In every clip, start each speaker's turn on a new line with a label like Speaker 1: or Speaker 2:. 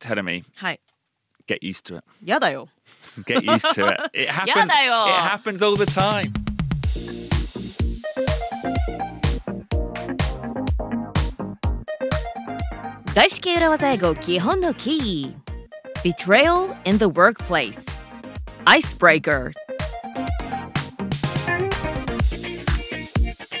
Speaker 1: telling me,
Speaker 2: はい。
Speaker 1: get used to it.
Speaker 2: やだよ。
Speaker 1: Get used to it. It happens.
Speaker 2: Yadayo.
Speaker 1: It happens all the time.
Speaker 2: 外資系裏技英語基本のキー Betrayal in the workplace Icebreaker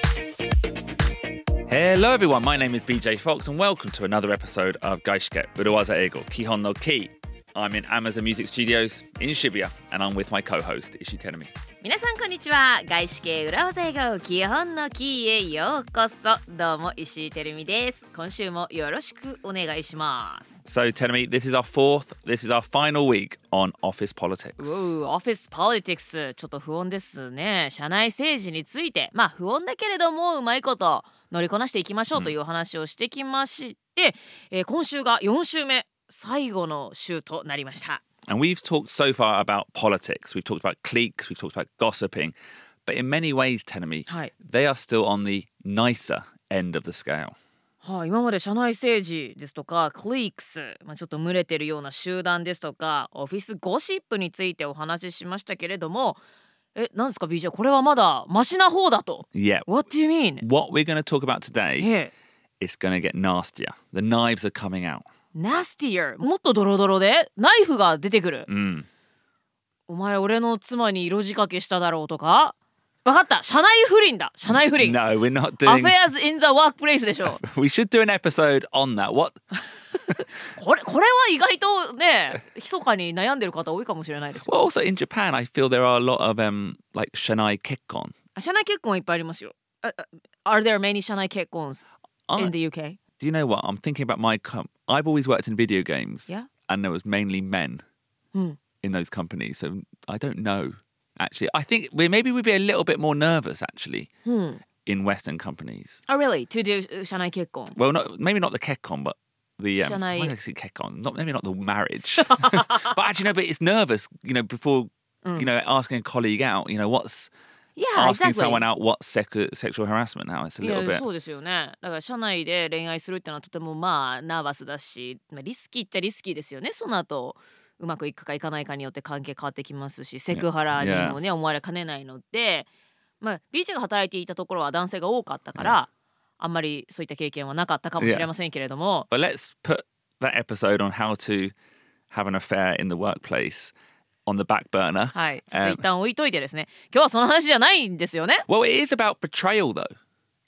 Speaker 1: ヘ e ロ everyone, my name is BJ Fox and welcome to another episode of Gaishke Uruwaza Ego Kihon no Ki. I'm in Amazon Music Studios in Shibuya and I'm with my co-host Ishi Tenami.
Speaker 2: 皆さんこんにちは外資系裏技英語基本のキーへようこそどうも石井てるみです今週もよろしくお願いします
Speaker 1: So Tenami, this is our fourth, this is our final week on office politics.
Speaker 2: オフィスポリティクスちょっと不穏ですね社内政治についてまあ不穏だけれどもうまいこと乗りこなしていきましょうというお話をしてきまして、えー今週が4週目最後の週となりました
Speaker 1: And we've talked so far about politics, we've talked about cliques, we've talked about gossiping, but in many ways, Tenami,
Speaker 2: Hi.
Speaker 1: they are still on the nicer end of the scale.
Speaker 2: はい、今まで社内政治ですとかクリークス、まあ、ちょっと群れてるような集団ですとかオフィスゴシップについてお話ししましたけれどもえなんですか BJ これはまだマシな方だと
Speaker 1: Yeah.
Speaker 2: What do you mean?
Speaker 1: What we're going to talk about today
Speaker 2: ええ
Speaker 1: is going to get nastier. The knives are coming out.
Speaker 2: ナスティアもっとドロドロでナイフが出てくる、
Speaker 1: Mm.
Speaker 2: お前俺の妻に色仕掛けしただろうとかわかった社内不倫だ社内不倫
Speaker 1: No, we're not
Speaker 2: ア
Speaker 1: doing.
Speaker 2: フェアズ・イン・ザ・ワークプレイスでしょ
Speaker 1: We should do an episode on that. What?
Speaker 2: これこれは意外とね密かに悩んでる方多いかもしれないですよ
Speaker 1: Well, also in Japan, I feel there are a lot of um like shanai kekkon.
Speaker 2: あ社内結婚いっぱいありますよ。ああ Are there many 社内結婚
Speaker 1: I,
Speaker 2: in the UK?
Speaker 1: do you know what? I'm thinking about my com- I've always worked in video games.
Speaker 2: Yeah.
Speaker 1: And there was mainly men
Speaker 2: Hmm.
Speaker 1: in those companies, so I don't know. Actually, I think we maybe we'd be a little bit more nervous actually
Speaker 2: Hmm.
Speaker 1: in Western companies.
Speaker 2: Oh, really? To do 社内結婚。
Speaker 1: Well, not maybe not the kekkon, but the um,
Speaker 2: Shanai-
Speaker 1: why did I say kekkon? Not maybe not the marriage, but actually no. But it's nervous, you know, before you know asking a colleague out. You know, what's
Speaker 2: Yeah,
Speaker 1: asking
Speaker 2: exactly.
Speaker 1: someone out what's secu- sexual harassment now? It's a
Speaker 2: い
Speaker 1: little
Speaker 2: や
Speaker 1: bit.
Speaker 2: そうですよね。だから社内で恋愛するってのはとてもまあナーバスだし、まあ、リスキーっちゃリスキーですよね。その後うまくいくかいかないかによって関係変わってきますしセクハラにもね思われかねないので、まあ、BJ が働いていたところは男性が多かったから、あんまりそういった経験はなかったかもしれませんけれども、
Speaker 1: But let's put that episode on how to have an affair in the workplace on the back burner.
Speaker 2: はい、ちょっと一旦置いといてですね、今日はその話じゃないんですよね。
Speaker 1: Well, it is about betrayal, though.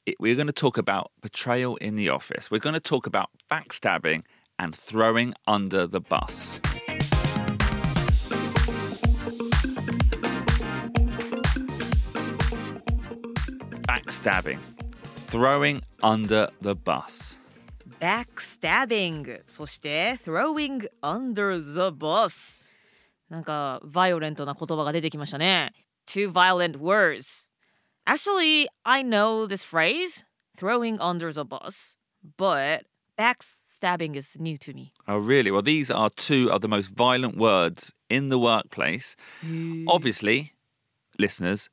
Speaker 1: It, we're going to talk about betrayal in the office. We're going to talk about backstabbing and throwing under the bus. Backstabbing, throwing under the bus.
Speaker 2: backstabbing そして throwing under the bus なんかバイオレントな言葉が出てきましたね two violent words actually I know this phrase throwing under the bus but backstabbing is new to me
Speaker 1: Oh, really? Well, these are two of the most violent words in the workplace. Obviously, listeners,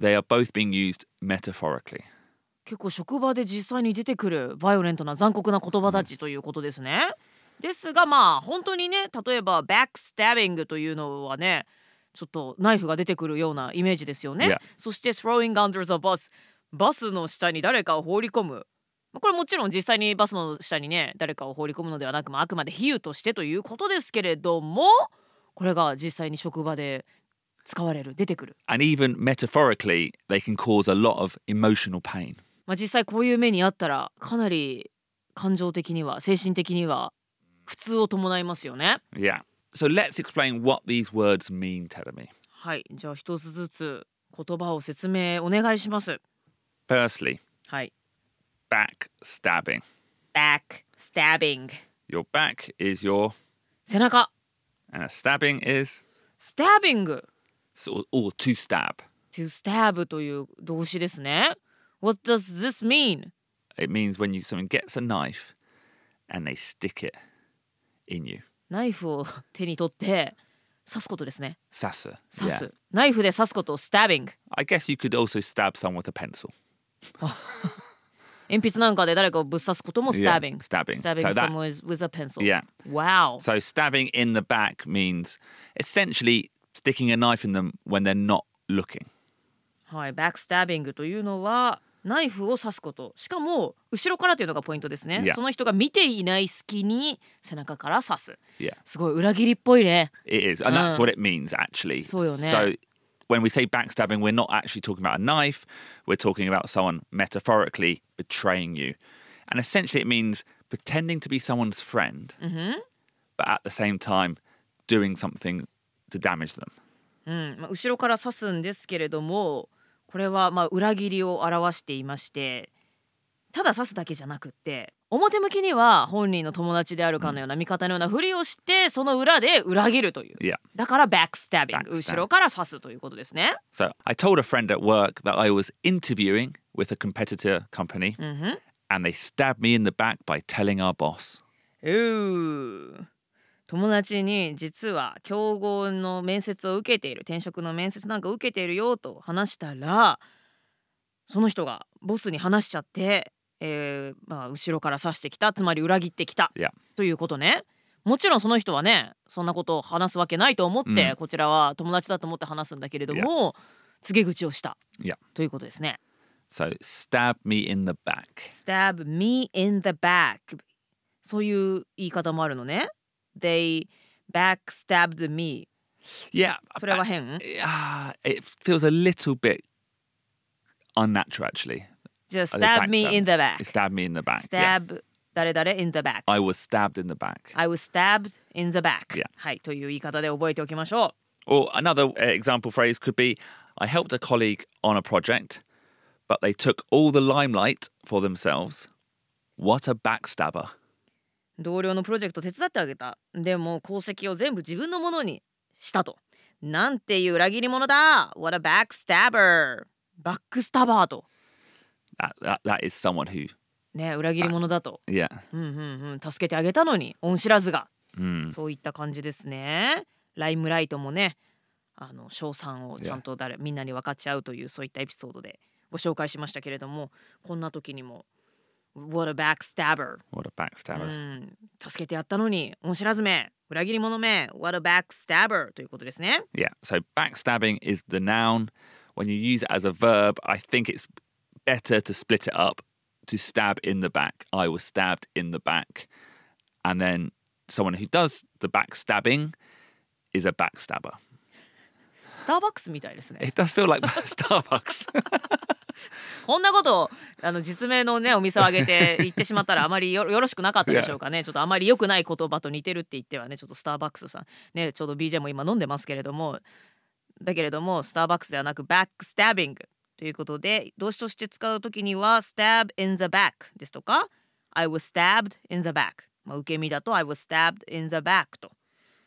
Speaker 1: they are both being used metaphorically.
Speaker 2: 結構職場で実際に出てくるバイオレントな残酷な言葉たちということですね。ですがまあ本当にね例えばバックスタビングというのはねちょっとナイフが出てくるようなイメージですよね。
Speaker 1: Yeah.
Speaker 2: そして throwing under the bus バスの下に誰かを放り込む。まあこれもちろん実際にバスの下にね誰かを放り込むのではなく、まあ、あくまで比喩としてということですけれどもこれが実際に職場で使われる出てくる
Speaker 1: And even metaphorically, they can cause a lot of emotional pain.
Speaker 2: まあ、実際こういう目にあったらかなり感情的には精神的には苦痛を伴いますよね。
Speaker 1: Yeah. So let's explain what these words mean, Teremi.
Speaker 2: はいじゃあ一つずつ言葉を説明お願いします。
Speaker 1: Firstly,
Speaker 2: はい。
Speaker 1: backstabbing.
Speaker 2: back stabbing
Speaker 1: Your back is your,
Speaker 2: 背中
Speaker 1: and a stabbing is,
Speaker 2: stabbing
Speaker 1: or, or to stab.
Speaker 2: to stab という動詞ですね。What does this mean?
Speaker 1: It means when you someone gets a knife and they stick it in you.
Speaker 2: ナイフを手に取って刺すことですね。
Speaker 1: Sasa.
Speaker 2: 刺す。ナイフで刺すことを stabbing。
Speaker 1: I guess you could also stab someone with a pencil.
Speaker 2: 鉛筆なんかで誰かをぶっ刺すことも
Speaker 1: Yeah,
Speaker 2: stabbing.
Speaker 1: stabbing.
Speaker 2: Stabbing
Speaker 1: So that-
Speaker 2: someone with, with a pencil.
Speaker 1: Yeah.
Speaker 2: Wow.
Speaker 1: So stabbing in the back means essentially sticking a knife in them when they're not looking.
Speaker 2: はい、バックスタビングというのはナイフを刺すことしかも後ろからというのがポイントですね、
Speaker 1: Yeah.
Speaker 2: その人が見ていない隙に背中から刺す
Speaker 1: Yeah.
Speaker 2: すごい裏切りっぽいね
Speaker 1: It is, and that's
Speaker 2: Ah.
Speaker 1: what it means actually.
Speaker 2: そうよね。
Speaker 1: So when we say backstabbing, we're not actually talking about a knife. We're talking about someone metaphorically betraying you, and essentially it means pretending to be someone's friend, but at the same time doing something to damage them.
Speaker 2: うんまあ後ろから刺すんですけれどもこれはまあ裏切りを表していましてただ刺すだけじゃなくって表向きには本人の友達であるかのような味方のようなふりをしてその裏で裏切るという
Speaker 1: Yeah.
Speaker 2: だからバックスタビング
Speaker 1: Backstabbing
Speaker 2: 後ろから刺すということですね
Speaker 1: So I told a friend at work that I was interviewing with a competitor company, and they stabbed me in the back by telling our boss.
Speaker 2: うー友達に実は競合の面接を受けている転職の面接なんか受けているよと話したらその人がボスに話しちゃって、えーまあ、後ろから刺してきたつまり裏切ってきた
Speaker 1: いや
Speaker 2: ということねもちろんその人はねそんなことを話すわけないと思って、こちらは友達だと思って話すんだけれども告げ口をした
Speaker 1: いや
Speaker 2: ということですね。
Speaker 1: So stab me in the back.
Speaker 2: stab me in the back そういう言い方もあるのね they backstabbed me
Speaker 1: Yeah.
Speaker 2: それは変
Speaker 1: Ah, it feels a little bit unnatural actually.
Speaker 2: just
Speaker 1: I
Speaker 2: stab
Speaker 1: think
Speaker 2: me
Speaker 1: backstab.
Speaker 2: in the back
Speaker 1: It stabbed me in the back. yeah.
Speaker 2: stab 誰々 in the back
Speaker 1: I was stabbed in the back.
Speaker 2: I was stabbed in the back
Speaker 1: Yeah.
Speaker 2: はいという言い方で覚えておきましょ
Speaker 1: Or another uh, example phrase could be I helped a colleague on a project, but they took all the limelight for themselves. What a backstabber.
Speaker 2: う同僚のプロジェクト手伝ってあげたでも功績を全部自分のものにしたとなんていう裏切り者だ What a backstabber バックスタバーと
Speaker 1: That, that, that is someone who,
Speaker 2: ね裏切り者だと
Speaker 1: yeah.
Speaker 2: うんうんうん、助けてあげたのに恩知らずが、そういった感じですねライムライトもねあの賞賛をちゃんと誰、みんなに分かち合うというそういったエピソードでご紹介しましたけれどもこんな時にも「What a backstabber
Speaker 1: What a」backstabber.
Speaker 2: うん、助けてやったのに恩知らずめ裏切り者め「What a backstabber」ということですね
Speaker 1: Yeah. So backstabbing is the noun. When you use it as a verb, I think it's better to split it up to stab in the back. I was stabbed in the back. And then someone who does the backstabbing is a backstabber.
Speaker 2: スターバックスみたいですね
Speaker 1: It does feel like Starbucks.
Speaker 2: こんなことをあの実名のねお店を挙げて言ってしまったらあまりよよろしくなかったでしょうかね。 ちょっとあまり良くない言葉と似てるって言ってはねちょっとスターバックスさんねちょうど BJ も今飲んでますけれどもだけれどもスターバックスではなくバックスタビングということで動詞として使う時には stab in the back ですとか I was stabbed in the back まあ受け身だと I was stabbed in the back と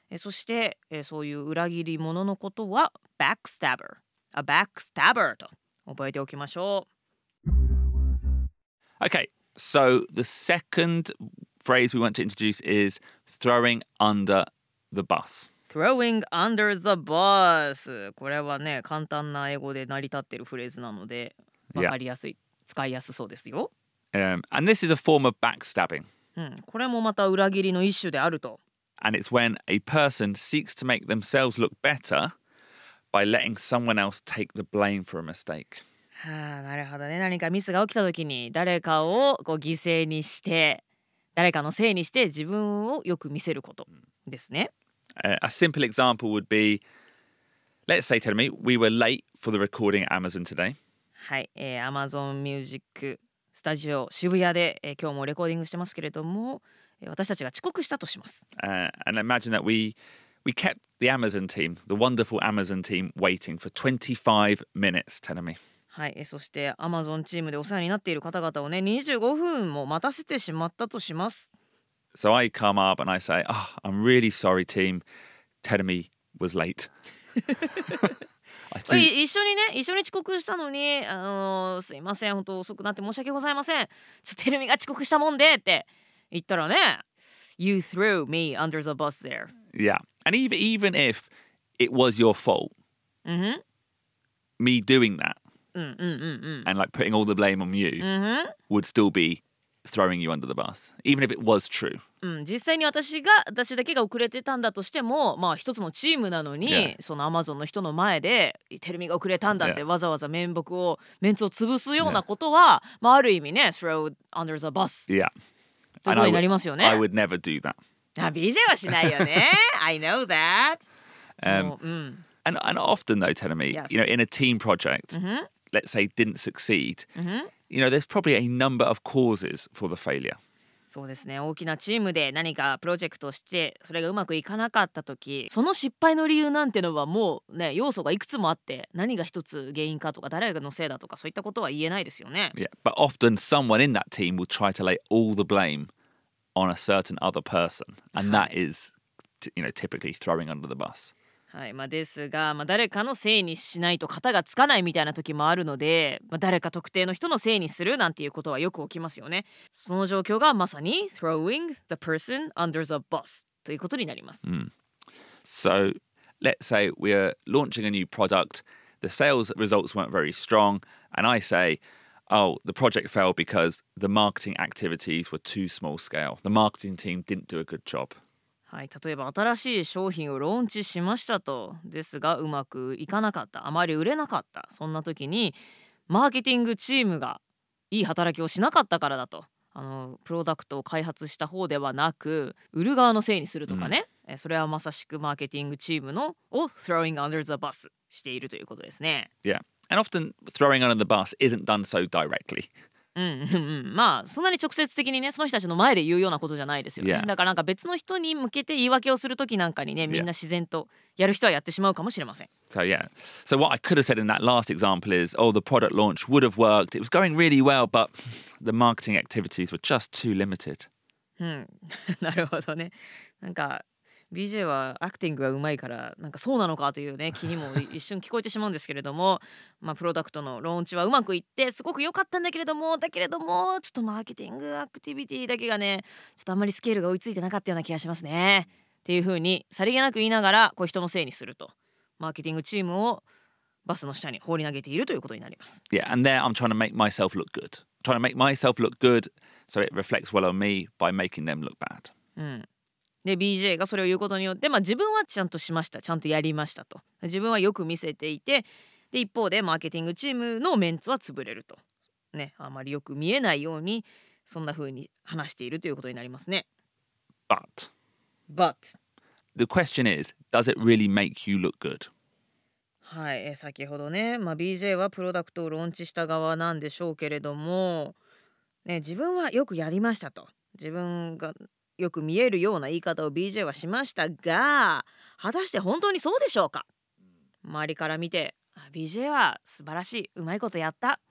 Speaker 2: えそしてえそういう裏切り者のことは backstabber a backstabber と覚えておきましょう。
Speaker 1: okay. So the second phrase we want to introduce is throwing under the bus.
Speaker 2: Throwing under the bus これはね簡単な英語で成り立ってるフレーズなので
Speaker 1: Yeah.
Speaker 2: わかりやすい、使いやすそうですよ、
Speaker 1: Um, and this is a form of backstabbing.
Speaker 2: うん、これもまた裏切りの一種であると
Speaker 1: and it's when a person seeks to make themselves look better by letting someone else take the blame for a mistake.
Speaker 2: はあなるほどね何かミスが起きた時に誰かをこう犠牲にして誰かのせいにして自分をよく見せることですね
Speaker 1: Uh, a simple example would be let's say, Telemi, we were late for the recording at Amazon today.
Speaker 2: はい、えー、Amazon Music スタジオ渋谷で、えー今日もレコーディングしてますけれどもえー私たちが遅刻したとします
Speaker 1: Uh, and imagine that we we kept the Amazon team, the wonderful Amazon team, waiting for 25 minutes, Telemi.
Speaker 2: はい、えーそして Amazon チームでお世話になっている方々をね25分も待たせてしまったとします。
Speaker 1: So I come up and I say, Oh, I'm really sorry, team. Telemi was late. I
Speaker 2: これ
Speaker 1: threw-
Speaker 2: 一緒にね一緒に遅刻したのに「あのーすいません本当遅くなって申し訳ございませんちょっとテルミが遅刻したもんで」って言ったらね「You threw me under the bus there
Speaker 1: Yeah. And even even if it was your fault, me doing that,」
Speaker 2: うんうんうん
Speaker 1: and like putting all the blame on you
Speaker 2: うんうんふん
Speaker 1: would still be throwing you under the bus, even if it was true.
Speaker 2: うん、実際に私が私だけが遅れてたんだとしてもまあ一つのチームなのに、
Speaker 1: Yeah.
Speaker 2: そのアマゾンの人の前で「テルミが遅れたんだ」って
Speaker 1: Yeah.
Speaker 2: わざわざ面目をメンツを潰すようなことは、まあある意味ね「throw under the bus」
Speaker 1: Yeah.
Speaker 2: ということになりますよ
Speaker 1: I
Speaker 2: ね。
Speaker 1: would never do that.
Speaker 2: あ BJ はしないよね。I know that、
Speaker 1: Um,
Speaker 2: もううん、
Speaker 1: and and often though, Telemi,
Speaker 2: Yes.
Speaker 1: you know, in a team project, let's say didn't succeed, you know, there's probably a number of causes for the failure.
Speaker 2: そうですね大きなチームで何かプロジェクトをしてそれがうまくいかなかった時その失敗の理由なんてのはもうね要素がいくつもあって何が一つ原因かとか誰がのせいだとかそういったことは言えないですよね。
Speaker 1: Yeah, but often someone in that team will try to lay all the blame on a certain other person, and that is, t- you know, typically throwing under the bus.
Speaker 2: はいまあ、ですが、まあ、誰かのせいにしないと型がつかないみたいな時もあるので、まあ、誰か特定の人のせいにするなんていうことはよく起きますよね。その状況がまさに throwing the person under the bus ということになります。
Speaker 1: So let's say we're launching a new product, the sales results weren't very strong, and I say, oh, the project failed because the marketing activities were too small scale. The marketing team didn't do a good job.
Speaker 2: はい、例えば新しい商品をローンチしましたとですがうまくいかなかったあまり売れなかったそんな時にマーケティングチームがいい働きをしなかったからだとあのプロダクトを開発した方ではなく売る側のせいにするとかね、えそれはまさしくマーケティングチームのを throwing under the bus しているということですね。
Speaker 1: Yeah. And often throwing under the bus isn't done so directly.
Speaker 2: うんうんうん、まあそんなに直接的にねその人たちの前で言うようなことじゃないですよね。
Speaker 1: Yeah.
Speaker 2: だからなんか別の人に向けて言い訳をする時なんかにねみんな自然とやる人はやってしまうかもしれません。
Speaker 1: So, yeah. So, what I could have said in that last example is, oh, the product launch would have worked. It was going really well, but the marketing activities were just too limited.
Speaker 2: うん なるほどね。なんか BJ はアクティングがうまいからなんかそうなのかというね気にも一瞬聞こえてしまうんですけれども、まあ、プロダクトのローンチはうまくいってすごく良かったんだけれどもだけれどもちょっとマーケティングアクティビティだけがねちょっとあんまりスケールが追いついてなかったような気がしますね。っていうふうにさりげなく言いながらこう人のせいにするとマーケティングチームをバスの下に放り投げているということになります。
Speaker 1: Yeah, and there I'm trying to make myself look good. Trying to make myself look good so it reflects well on me by making them look bad.
Speaker 2: で BJ がそれを言うことによって、まあ、自分はちゃんとしましたちゃんとやりましたと自分はよく見せていてで一方でマーケティングチームのメンツは潰れるとねあまりよく見えないようにそんな風に話しているということになりますね。
Speaker 1: But
Speaker 2: But
Speaker 1: the question is, does it really make you look good?
Speaker 2: はい、えー先ほどね、まあ、BJ はプロダクトをローンチした側なんでしょうけれども、ね、自分はよくやりましたと自分がよく見えるような言い方を BJ はしましたが果たして本当にそうでしょうか周りから見てあ BJ は素晴らしいうまいことやった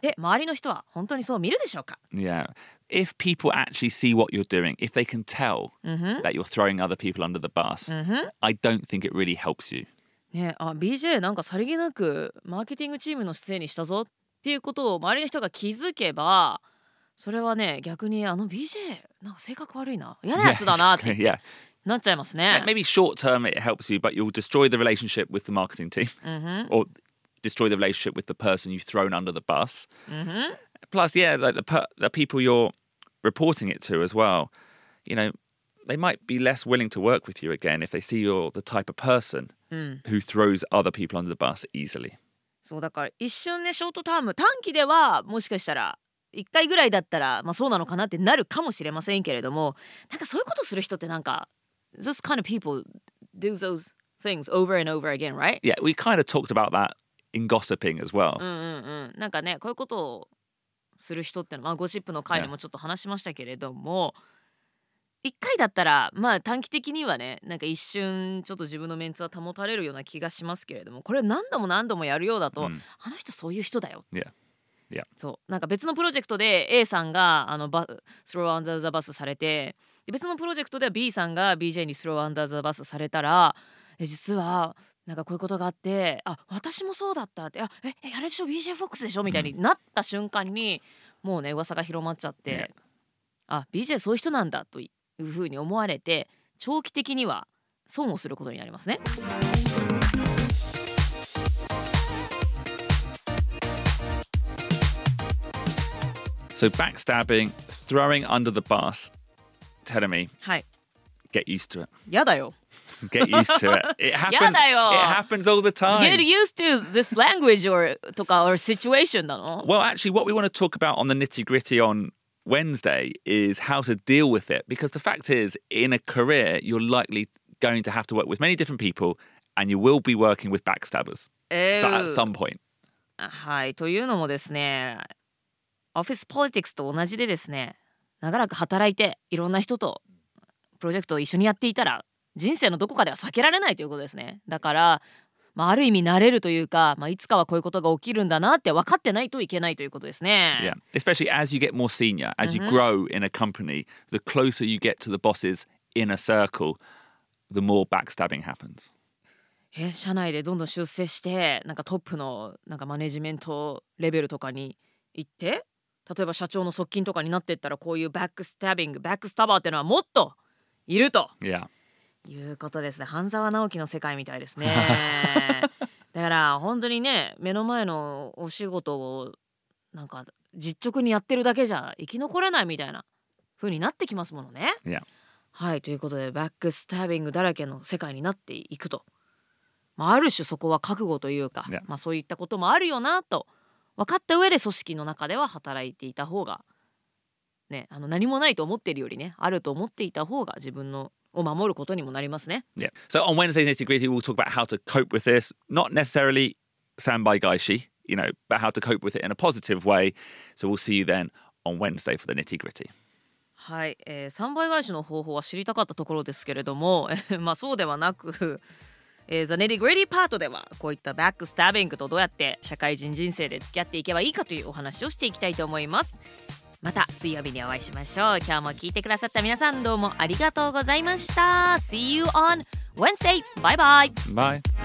Speaker 2: で周りの人は本当にそう見るでしょうか、
Speaker 1: Yeah. If people actually see what you're doing, if they can tell
Speaker 2: うんふん
Speaker 1: that you're throwing other people under the bus,
Speaker 2: うんふん
Speaker 1: I don't think it really helps you.
Speaker 2: ねあ BJ なんかさりげなくマーケティングチームのせいにしたぞっていうことを周りの人が気づけばそれはね逆にあの BJ なんか性格悪いな嫌なやつだなっ
Speaker 1: exactly,
Speaker 2: て
Speaker 1: yeah.
Speaker 2: なっちゃいます
Speaker 1: Like,
Speaker 2: ね。
Speaker 1: Maybe short term it helps you, but you'll destroy the relationship with the marketing team
Speaker 2: うんふん
Speaker 1: or destroy the relationship with the person you've thrown under the bus.
Speaker 2: うんふん
Speaker 1: plus yeah like the per- the people you're reporting it to as well you know they might be less willing to work with you again if they see you're the type of person who throws other people under the bus easily
Speaker 2: そうだから一瞬ねショートターム短期ではもしかしたら1回ぐらいだったら、まあ、そうなのかなってなるかもしれませんけれどもなんかそういうことする人ってなんか those kind of people do those things over and over again right?
Speaker 1: yeah we kind of talked about that in gossiping as well
Speaker 2: うんうんうん、なんかねこういうことをする人ってのは、まあ、ゴシップの回でもちょっと話しましたけれども、一回だったらまあ短期的にはねなんか一瞬ちょっと自分のメンツは保たれるような気がしますけれどもこれ何度も何度もやるようだと、
Speaker 1: うん
Speaker 2: あの人そういう人だよ
Speaker 1: yeah yeah
Speaker 2: そうなんか別のプロジェクトで A さんがあのバスローアンダーザバスされてで別のプロジェクトでは B さんが BJ にスローアンダーザバスされたらえ実はなんかこういうことがあってあ私もそうだったってあええあれでしょ BJ フォックスでしょみたいになった瞬間に、もうね噂が広まっちゃって、
Speaker 1: ね
Speaker 2: あ BJ そういう人なんだというふうに思われて長期的には損をすることになりますね。
Speaker 1: So backstabbing, throwing under the bus, telling me,
Speaker 2: はい
Speaker 1: get used to it.
Speaker 2: やだよ
Speaker 1: Get used to it. It happens. it
Speaker 2: やだよ。
Speaker 1: happens all the time.
Speaker 2: Get used to this language or とか or situation なの
Speaker 1: Well, actually, what we want to talk about on the nitty gritty on Wednesday is how to deal with it. Because the fact is, in a career, you're likely going to have to work with many different people and you will be working with backstabbers so-
Speaker 2: えー
Speaker 1: at some point.
Speaker 2: はいというのもですねオフィスポリティクスと同じでですね長らく働いていろんな人とプロジェクトを一緒にやっていたら人生のどこかでは避けられないということですねだから、まあ、ある意味慣れるというか、まあ、いつかはこういうことが起きるんだなって分かってないといけないということですね。
Speaker 1: Yeah. Especially as you get more senior, as you grow in a company, the closer you get to the boss's inner circle, the more backstabbing happens.
Speaker 2: え社内でどんどん出世してなんかトップのなんかマネジメントレベルとかに行って例えば社長の側近とかになっていったらこういうバックスタビングバックスタバーってのはもっといると
Speaker 1: Yeah.
Speaker 2: いうことですね半沢直樹の世界みたい ですねだから本当にね目の前のお仕事をなんか実直にやってるだけじゃ生き残れないみたいな風になってきますものね
Speaker 1: Yeah.
Speaker 2: はいということでバックスタビングだらけの世界になっていくと、まあ、ある種そこは覚悟というか、
Speaker 1: ね
Speaker 2: まあ、そういったこともあるよなと分かった上で組織の中では働いていた方が、ね、あの何もないと思っているよりねあると思っていた方が自分のを守ることにもなりますね。
Speaker 1: Yeah. So on Wednesday's nitty gritty, we'll talk about how to cope with this. Not necessarily sanbai gaishi, you know, but how to cope with it in a positive way. So we'll see you then on Wednesday for the nitty gritty.
Speaker 2: はい、え3倍返しの方法は知りたかったところですけれども、 えーまあそうではなく、 えー、ザネリグレディパートではこういったバックスタービングとどうやって社会人人生で付き合っていけばいいかというお話をしていきたいと思いますまた水曜日にお会いしましょう今日も聞いてくださった皆さんどうもありがとうございました See you on Wednesday! バイバイ
Speaker 1: Bye.